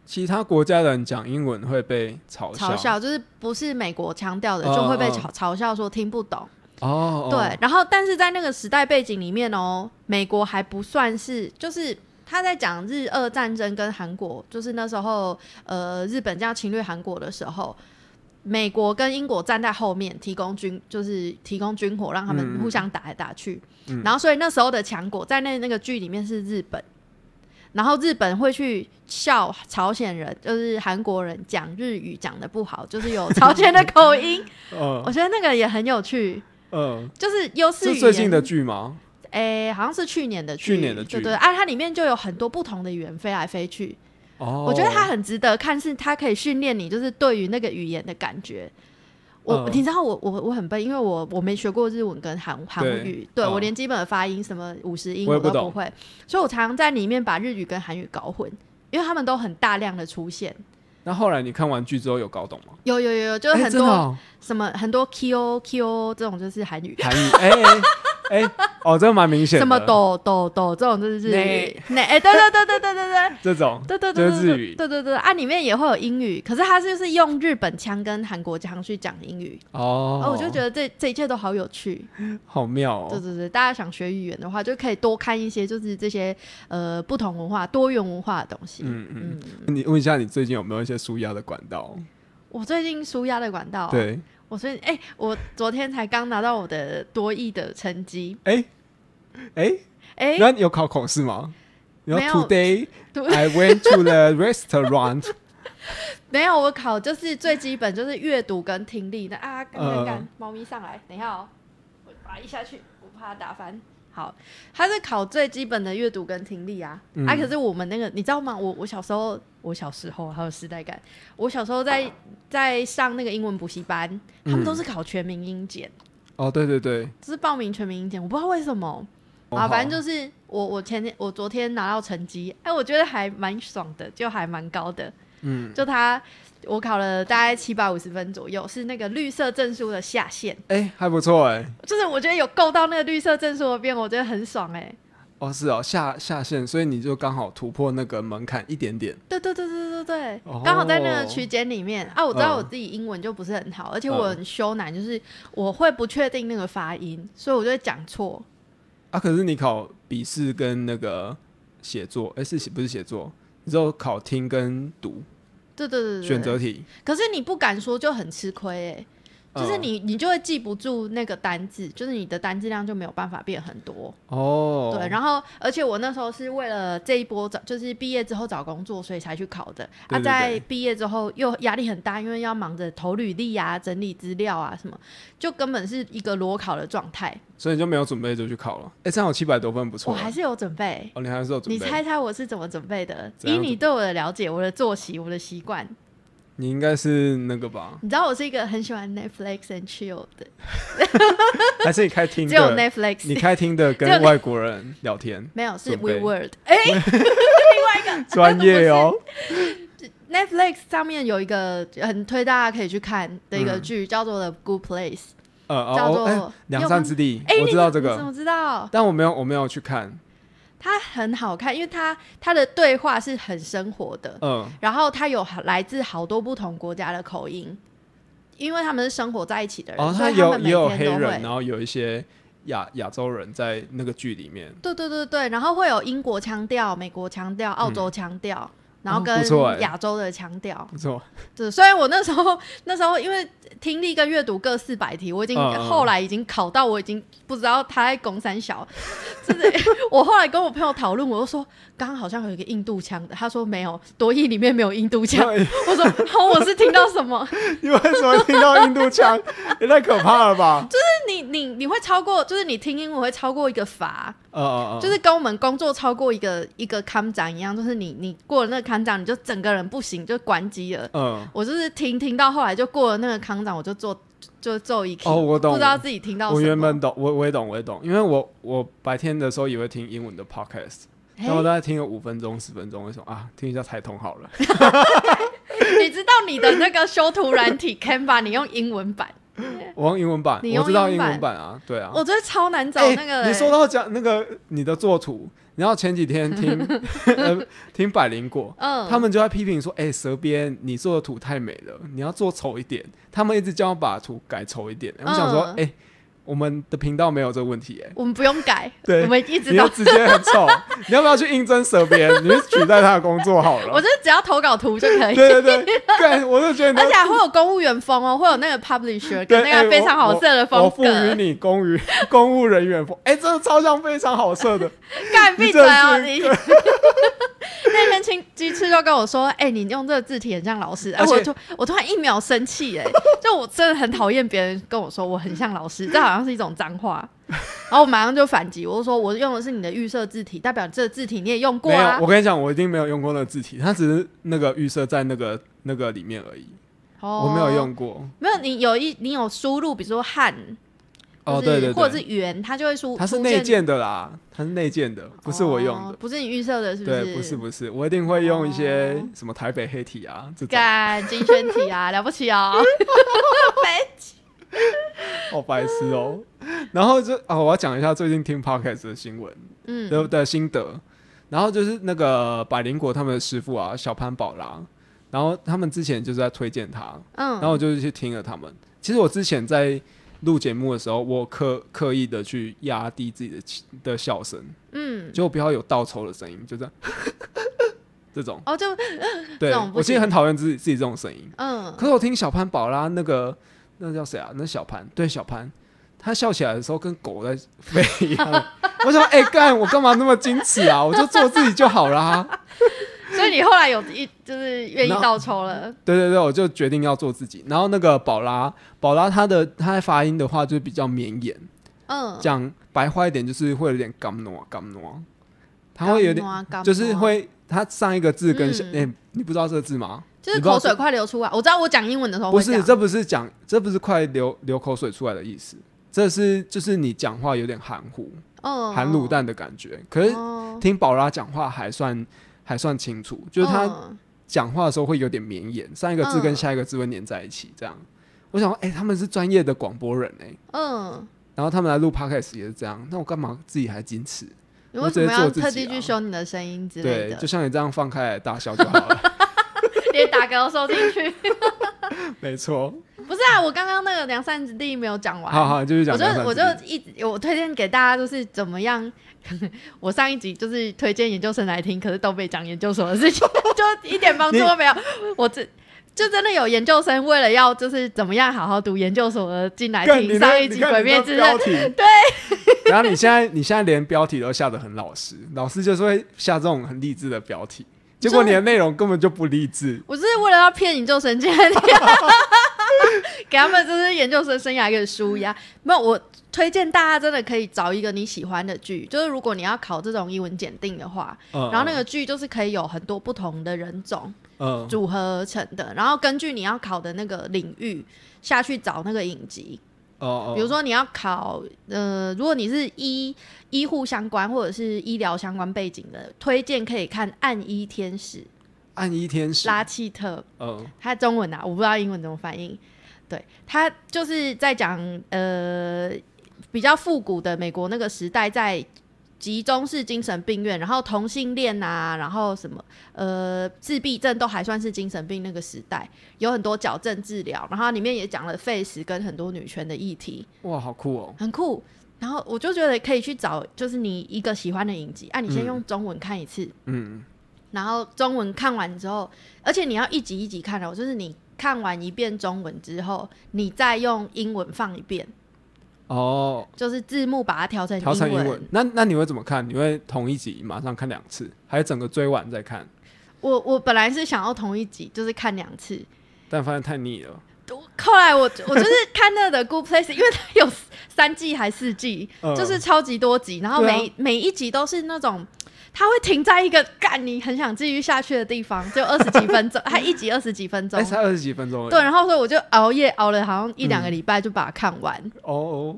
其他国家人讲英文会被嘲
嘲笑就是不是美国腔调的
嗯
就会被
嗯
嘲嘲笑说听不懂。
哦，哦
对，，然后但是在那个时代背景里面哦，美国还不算是就是。他在讲日俄战争跟韩国，就是那时候呃日本这样侵略韩国的时候，美国跟英国站在后面提供军，就是提供军火让他
嗯嗯
们
嗯
互相打来打去。
嗯
然后所以那时候的强国在那那个剧里面是日本，然后日本会去笑朝鲜人，就是韩国人讲日语讲的不好，就是有朝鲜的口
*laughs*
音。
嗯
我觉得那个也很有趣。
嗯，
就是优势语
是
言。
最近的剧吗？
诶、好像是去年的剧，
去年的剧
对对，啊，它里面就有很多不同的语言飞来飞去。
哦，
我觉得它很值得看，是它可以训练你，就是对于那个语言的感觉。我、
嗯
你知道我我我很笨，因为我我没学过日文跟韩韩
对
语，对
嗯
我连基本的发音什么五十音
我也
都
不懂
不会，所以我常常在里面把日语跟韩语搞混，因为他们都很大量的出现。
那后来你看完剧之后有搞懂吗？
有有有有，就
哎
很
真
多、
的哦
什么很多 Q Q 这种就是韩语，
韩语，哎、哎哎、哦，这个蛮明显的，
什么抖抖抖这种就是日语
内，
那哎，对对对对对对对。
这种，
对对
就
对
是
对
日语
对对对对啊，里面也会有英语，可是他就是用日本腔跟韩国腔去讲英语，
哦
哦，我就觉得这这一切都好有趣。
好妙
对
哦，
对对，大家想学语言的话，就可以多看一些就是这些呃不同文化、多元文化的东西。
嗯嗯
嗯，
你问一下，你最近有没有一些舒压的管道？
我最近舒压的管道、，啊
对，
我最近哎、我昨天才刚拿到我的多艺的成绩，
哎、哎、
哎、
那你有考口试吗？然
没有
后 today
*laughs* 对
I went to the restaurant，
没有，我考就是最基本就是阅读跟听力的啊，干干干
嗯，
猫咪上来，等一下哦，我把它一下去，我怕它打翻。好，它是考最基本的阅读跟听力啊，
嗯
啊，可是我们那个你知道吗？我我小时候，我小时候还有时代感，我小时候在在上那个英文补习班，他们
啊嗯
都是考全民英检，
哦，对对对，
就是报名全民英检，我不知道为什么。
哦
啊，
好
反正就是我，我前天我昨天拿到成绩，哎、我觉得还蛮爽的，就还蛮高的。
嗯，
就他，我考了大概七百五十分左右，是那个绿色证书的下限，
哎、还不错哎、
就是我觉得有够到那个绿色证书的边，我觉得很爽哎、
哦是哦，下下线，所以你就刚好突破那个门槛一点点，
对对对对对对
哦，
刚、好在那个区间里面啊！我知道
嗯
我自己英文就不是很好，而且我很羞难，就是我会不确定那个发音，所以我就会讲错。
啊，可是你考笔试跟那个写作，哎、是写不是写作？你只有考听跟读
对对对对对，
选择题，
可是你不敢说就很吃亏哎、就是
嗯
你，你就会记不住那个单字，就是你的单字量就没有办法变很多。
哦，
对，然后而且我那时候是为了这一波找，就是毕业之后找工作，所以才去考的。
对
啊，
对
在
对
毕业之后又压力很大，因为要忙着投履历啊、整理资料啊什么，就根本是一个裸考的状态。
所以你就没有准备就去考了。哎、这样有七百多分，不
我
错。啊
还是有准备。
哦，你还是有准
你
备。
猜猜我是怎么准备的？
怎
以
样
你对我的了解，我的作息、我的习惯，
你应该是那个
*laughs*
吧？
你知道我是一个很喜欢 Netflix and chill 的，
还是你开听
只有
的？你
Netflix
开听
*laughs*
的
只有
跟
那
外国人
*laughs*
聊天，
没有是
准备
We Word。哎、
专业哦。
*laughs* Netflix 上面有一个很推大家可以去看的一个
嗯
剧，叫做《The Good Place》。
呃，
叫
哦，
做
哎，良善之地
哎、，
我
你
知道这
怎你怎
个，
么知道？
但我没有，我没有去看。
它很好看，因为它它的对话是很生活的， *laughs*
嗯，
然后它有好来自好多不同国家的口音，因为他们是生活在一起的人，
哦，
所
他
以他
有
们每
也有
天
黑
都会。
人，然哦后有一些亚亚洲人在那个剧里面。
对对对对，然后会有英国腔调、美国腔调、澳洲腔调，然后
嗯哦不错
跟
哎
亚洲的腔调。*laughs*
不错，
对，虽然我那时候那时候因为听力跟阅读各四百题，我已经、
嗯嗯
后来已经考到我已经不知道他在拱三小，真的。 *laughs* 我后来跟我朋友讨论，我就说刚刚好像有一个印度腔的，他说没有，多译里面没有印度腔。 *laughs* 我说好，我是听到什么？ *laughs*
你为什么听到印度腔？也太可怕了
*laughs*
吧！
就是你你你会超过，就是你听英文会超过一个阀，
呃呃，呃
就是跟我们工作超过一个一个康长一样，就是你你过了那个康长，你就整个人不行，就关机了。
嗯，
我就是听听到后来就过了那个康长，我就做就做一 k
哦我懂
不知道自己听到什么。
我原本懂，我我也懂，我也懂，因为我我白天的时候也会听英文的 podcast，
嘿
然后大概听了五分钟十分钟，我想啊，听一下台通好了。
你知道你的那个修图软体 Canva，你用英文版，
我用英文版，
你
我
用
知道
英
英
文
文版啊，对啊。
我觉得超难找
哎
那个、欸
你说到讲那个你的作图，然后前几天
*laughs*
听呃听百灵果，
嗯，
他们就在批评说，哎、蛇边你做的图太美了，你要做丑一点。他们一直叫我把图改丑一点，我想说，
嗯
哎、我们的频道没有这个问题、哎，
我们不用改，
*laughs* 对
我们一直
你就
都。
直接很丑，你要不要去应征蛇边？你就取代他的工作好
*laughs* 我
了。
就是只要投稿图就可以，
对对对，对，我就觉
*laughs*
得
而且还会有公务员风哦，会有那个 publisher
对
跟那
哎
个非常好色的
我
风
赋予
格。
你公于 *laughs* 公务人员风，哎、真的超像非常好
*laughs*
色的。 *laughs*
干
你
闭嘴
真的
哦！
是
你 *laughs* 那天青鸡翅就跟我说：“哎、你用这个字体很像老师。哎，
而且
我突我突然一秒生气，
*laughs*
哎，就我真的很讨厌别人跟我说我很像老师，这好像是一种脏话。然后我马上就反击，我就说我用的是你的预设字体，代表这个字体你也用过
没有
啊，。
我跟你讲，我一定没有用过那个字体，它只是那个预设在那个那个里面而已，
哦
我没有，用过。
没有你有一你有输入，比如说汉，
哦，
就是
对对
或者
对，
是圆，它就会输。
它是
出
内
现，
建的啦，它是内建的，不是我用的。
哦不是你预设的，是不哦
对，不是不是，我一定会用一些什么台北黑体啊这种，
干金宣体啊，了不起哦！
好白痴哦。然后就啊，我要讲一下最近听 podcast 的新闻
嗯，
的的心得。然后就是那个百灵果他们的师傅啊，小潘宝拉，然后他们之前就是在推荐他，
嗯，
然后我就去听了他们。其实我之前在录节目的时候，我刻刻意的去压低自己的气的笑声，
嗯，
就不要有倒抽的声音，就这样 *laughs* 这种。
哦，就 *laughs*
对
这种，不
我其实
行
很讨厌自己自己这种声音。
嗯，
可是我听小潘宝拉那个那叫谁啊？那小潘对小潘，他笑起来的时候跟狗在飞
*laughs*
一样。我想，哎、干我干嘛那么矜持啊？我就做自己就好啦。 *laughs*
所以你后来有一就是愿意
然后
倒抽了，
对对对，我就决定要做自己。然后那个宝拉，宝拉她的她的发音的话就是比较绵延，
嗯，
讲白话一点就是会有点干挪干挪，她会有点
干嘛
就是，会她上一个字跟
嗯
下哎、你不知道这个字吗？
就是
你不知道
口水快流出来。我知道我讲英文的时候
不
哦会这
是，
样，
这不是讲，这不是快流流口水出来的意思，这是就是你讲话有点含糊、
嗯，
含卤蛋的感觉。可是
哦，
听宝拉讲话还算还算清楚，就是他
嗯
讲话的时候会有点绵延，上一个字跟
嗯
下一个字会粘在一起，这样。我想说，哎、他们是专业的广播人哎、
嗯，
然后他们来录 podcast 也是这样，那我干嘛自己还矜持？
你
我
为
直
什
接
么要
做自
特
己
地
啊
去修你的声音之类
对，
的
就？像你这样放开来大笑就好
*laughs*
了，
连打嗝都收进去。
没错。
*laughs* 不是啊，我刚刚那个良善之地没有讲完。
好好，就是讲
我就
梁山之
我
地。
就一直我推荐给大家就是怎么样， *laughs* 我上一集就是推荐研究生来听，可是都被讲研究所的事情， *laughs* 就一点帮助都没有。我这就真的有研究生为了要就是怎么样好好读研究所而进来
干你
听
那
上一集
你
《
看
鬼
你
灭
那
之刃
标》，题 *laughs* 对。然后你现在你现在连标题都下得很老实，老师就是会下这种很励志的标题，结果你的内容根本就不励志。
我是为了要骗研究生进来听，啊 *laughs* 给他们就是研究生生涯一个舒压。没有，我推荐大家真的可以找一个你喜欢的剧，就是如果你要考这种英文检定的话，
嗯
然后那个剧就是可以有很多不同的人种。
嗯
组合而成的，然后根据你要考的那个领域下去找那个影集。
哦
比如说你要考呃，如果你是医医护相关或者是医疗相关背景的，推荐可以看《暗医天使》
暗一天使，
拉契特，
嗯
他中文啊，我不知道英文怎么翻译。对他就是在讲呃比较复古的美国那个时代，在集中式精神病院，然后同性恋啊，然后什么呃自闭症都还算是精神病那个时代，有很多矫正治疗，然后里面也讲了 face 跟很多女权的议题，
哇，好酷哦。
很酷。然后我就觉得可以去找，就是你一个喜欢的影集，啊，你先用中文看一次，
嗯，
然后中文看完之后，而且你要一集一集看哦，就是你看完一遍中文之后，你再用英文放一遍，
哦，
就是字幕把它调成
调成英
文。
文。那那你会怎么看？你会同一集马上看两次，还是整个追完再看？
我我本来是想要同一集就是看两次，
但发现太腻了。
我后来我我就是看那个 Good Place，因为它有三季还四季，
嗯
就是超级多集，然后
对啊
每、每一集都是那种。它会停在一个干你很想继续下去的地方，就二十几分
*laughs*
钟，它一集二十几分钟
哎，，才二十几分钟而已。
对，然后所以我就熬夜熬了好像一
嗯
两个礼拜就把它看完，
哦哦，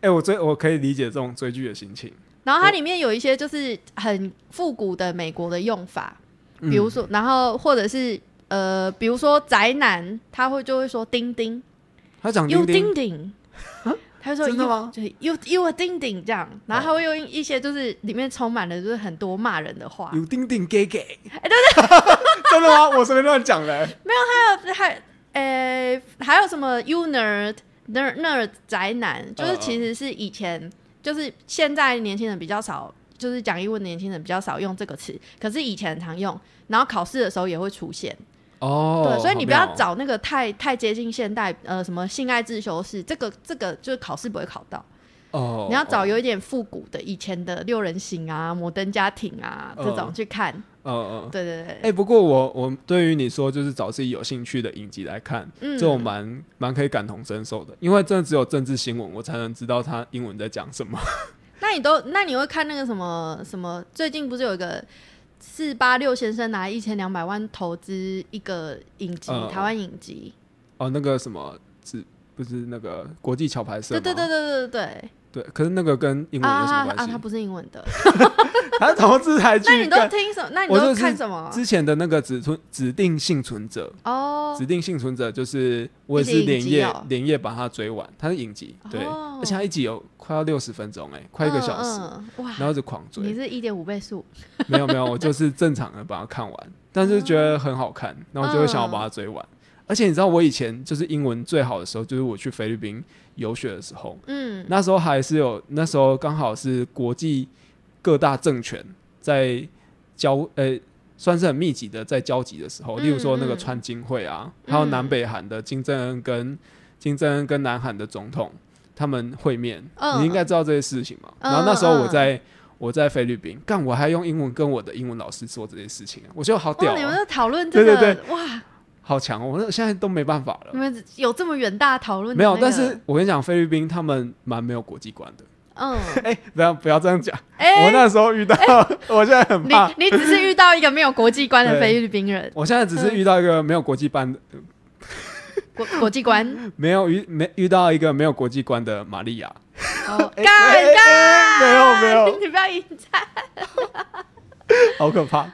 哎，我追我可以理解这种追剧的心情。
然后它里面有一些就是很复古的美国的用法，
嗯
比如说，然后或者是呃，比如说宅男，他会就会说丁丁
他讲
，you
丁嗯丁
丁丁，他就说
真的吗哦
you 对 you you a 丁丁这样，然后他会用一些就是里面充满了就是很多骂人的话，
有丁丁 gay gay，哎，对对， *laughs* 真的吗？我随便乱讲的、欸，
还有还呃还有什么 you nerd nerd nerd 宅男，就是
嗯
其实是以前就是现在年轻人比较少。就是讲英文的年轻人比较少用这个词，可是以前很常用，然后考试的时候也会出现。
哦
对，所以你不要，找那个太太接近现代，呃，什么性爱自修室，这个这个就是考试不会考到。
哦
你要找，有一点复古的，以前的六人行啊、摩登家庭啊这种
嗯
去看。
嗯嗯。
对对对
哎、，不过我我对于你说就是找自己有兴趣的影集来看，
嗯
这我蛮蛮可以感同身受的，因为真的只有政治新闻我才能知道他英文在讲什么。 *laughs*
那你都那你会看那个什么什么？最近不是有一个四八六先生拿一千两百万投资一个影集，
嗯
台湾影集。
哦，那个什么，是不是那个国际桥牌社？
对对对，对对对对，
对，可是那个跟英文有什
啊
么
啊，
关系
它？不是英文的，
他从自台剧
那你都
看
听什么？那你
我
都
就是
看什么？
之前的那个指存指定幸存者，
哦
指定幸存者就是我也
一集
是
影
连
集
夜
哦
连夜把它追完，它是影集，对，
哦
而且它一集有快要六十分钟，哎，快一个小时，
嗯嗯哇！
然后就狂
你
追，
是一点五倍速，
没有没有，我就是正常的把它看完，但是觉得很好看，然后就会想要
嗯
把它追完。而且你知道，我以前就是英文最好的时候，就是我去菲律宾游学的时候，
嗯，
那时候还是有，那时候刚好是国际各大政权在交，呃，算是很密集的在交集的时候，
嗯
例如说那个
嗯
川金会啊，还有南北韩的金正恩跟金正恩跟南韩的总统他们会面，
嗯
你应该知道这些事情嘛。
嗯
然后那时候我在。我在菲律宾，干我还用英文跟我的英文老师说这些事情、啊，我觉得好屌、
哦哇，你们
啊，
在讨论这个，
对对
哇，
好强、哦！我那现在都没办法
你
了，
们有这么远大的讨论、
没有。但是，我跟你讲，菲律宾他们蛮没有国际观
*laughs*
的。
嗯，
哎、不要不要这样讲，
哎、
我那时候遇到， *laughs* 我现在很怕。
你你只是遇到一个没有国际观的
对
菲律宾人，
我现在只是遇到一个没有国际班的，
国国际观，
没有遇没遇到一个没有国际观的玛利亚。
哦，
哎
干干、
哎没 *laughs* 有没有
你不要引战，
好可怕。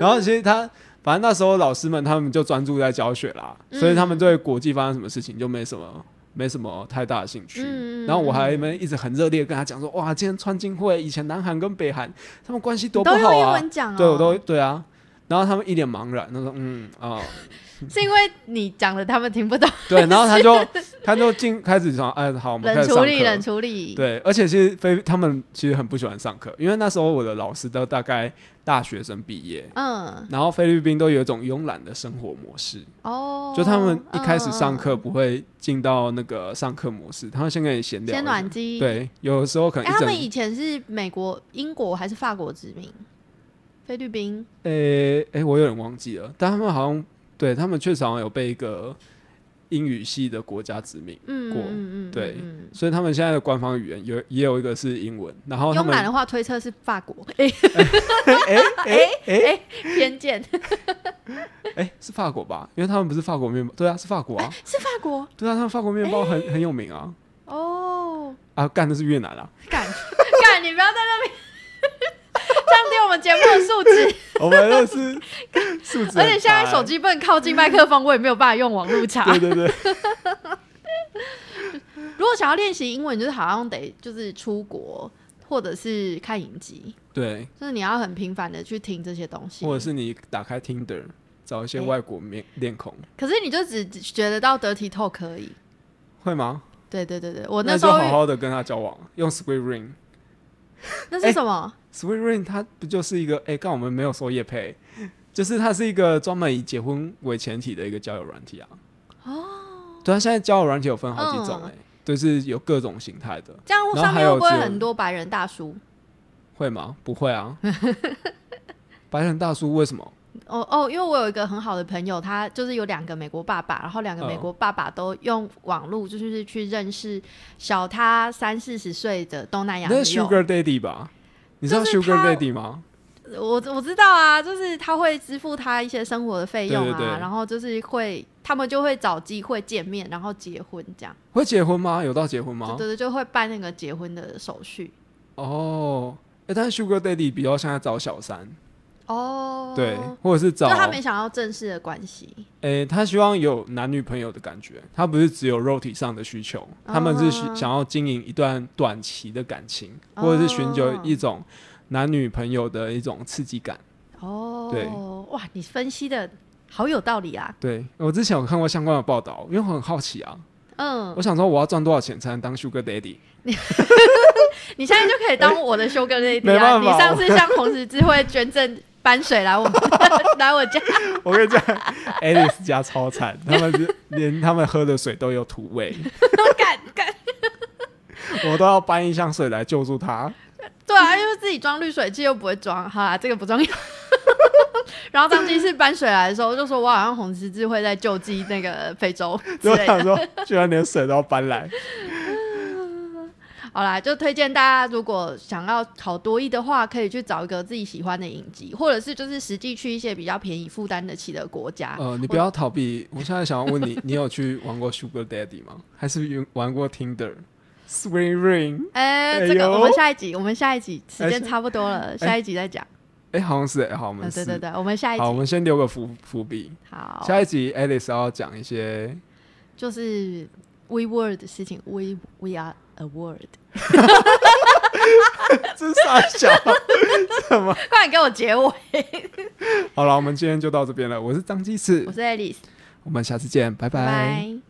然后其实他，反正那时候老师们他们就专注在教学啦，
嗯
所以他们对国际发生什么事情就没什么没什么太大的兴趣。
嗯嗯
然后我还们一直很热烈地跟他讲说，哇，今天川金会以前南韩跟北韩他们关系多
你
不
都用
好
英
啊
文，讲、哦，
对我都对啊。然后他们一脸茫然，他说：“嗯啊、
是因为你讲了他们听不懂，
*laughs* 对。”然后他
*laughs*
就 *laughs* 他就进开始想：“哎，好，我们开
冷
始上
处
课。”
理，冷处理，
对，而且其实非他们其实很不喜欢上课，因为那时候我的老师都大概大学生毕业，
嗯，
然后菲律宾都有一种慵懒的生活模式，
哦，
就他们一开始上
嗯，
课不会进到那个上课模式，他们先跟你闲
嗯
聊一下，
先暖机，。
对，有的时候可
哎、
能一
他
整，
们以前是美国、英国还是法国殖民？菲律宾
诶、诶、我有点忘记了，但他们好像对他们确实好像有被一个英语系的国家殖民，
嗯，
过
嗯嗯，
对
嗯
所以他们现在的官方语言有也有一个是英文，然后他
慵
们
懒的话推测是法
*laughs*
国，哎、
诶诶诶
偏见
诶，哎是法国吧？因为他们不是法国面包，对啊，是法国啊。
是法国
对啊，他们法国面包很、
哎
很有名啊。
哦，
啊，干的是越南啊！
干 *laughs* 干，你不要在那边降低我们节目的素
*laughs*
质，
哦我们
*laughs*
那是素质很
而且
差欸，欸
现在手机不能靠近麦克风，我也没有办法用网络查。
对对对，
如果想要练习英文，就是好像得就是出国或者是看影集，
对，
就是你要很频繁的去听这些东西，
或者是你打开 Tinder 找一些
诶
外国面脸孔，
可是你就只只觉得到 dirty talk 可以。
会吗？
对对对对，我
那
时
就
候
好啊好的跟他交往，用 Squid Ring。
那
哎
是什么？
Squid Ring 它不就是一个哎，刚、我们没有说叶配，就是它是一个专门以结婚为前提的一个交友软体啊。哦，对啊，现在交友软体有分好几种
嗯
哎、就是有各种形态的，
这样
然后
上
还
面
有
会不会
只有
很多白人大叔？
会吗？不
*laughs*
会啊。白人大叔为什么？
哦哦，因为我有一个很好的朋友，他就是有两个美国爸爸，然后两个美
嗯
国爸爸都用网络就是去认识小他三四十岁的东南亚女
那是
友。
Sugar Daddy 吧？你知道
就是他
Sugar Daddy 吗？
我我知道啊，就是他会支付他一些生活的费用啊，
对对对
然后就是会他们就会找机会见面，然后结婚这样，
会结婚吗？有到结婚
对
吗？
对对，就会办那个结婚的手续。
哦，哎，但是 Sugar Daddy 比较像在找小三，
哦，
对，或者是找
就他没想要正式的关系，
诶，他希望有男女朋友的感觉，他不是只有肉体上的需求，他们是需
哦
想要经营一段短期的感情，或者是寻求一种男女朋友的一种刺激感。
哦，
对，
哇，你分析的好有道理啊，
对我之前有看过相关的报道，因为我很好奇啊，
嗯
我，想说我要赚多少钱才能当 Sugar Daddy？
你现在就可以当我的修哥那一天
没
啊！
办
你
法
上次向红十字会捐赠搬水来我们 *laughs* 来我家，
*laughs* 我跟你讲，Alice 家超惨，他们是连他们喝的水都有土
*laughs*
味，
干干
我都要搬一箱水来救助他。
对啊，因为自己装滤水器又不会装，好啦，这个不重要。然后张机是搬水来的时候，就说我好像红十字会在救济那个非洲之
就
类
想
的。
说，居然连水都要搬来，
好啦，就推荐大家，如果想要考多艺的话，可以去找一个自己喜欢的影集，或者是就是实际去一些比较便宜、负担得起的国家。
呃，你不要逃避。我现在想要问你，你有去玩过 Sugar Daddy 吗？还是有玩过 Tinder？ Swing Ring，
哎、
哎
这个
呦
我们下一集，我们下一集时
哎
间
是
差不多了，下一集再讲。
哎、好像是哎、好，我
呃
们是、
对对对，我们下一集
好，我们先留个伏伏笔。
好，
下一集 Alice 要讲一些
就是 We Word 的事情，We We Are a Word。
这傻小，
*laughs*
什么？
快点给我结尾，
好了，我们今天就到这边了。我是张鸡翅
我，是 Alice，
我们下次见，拜
拜拜。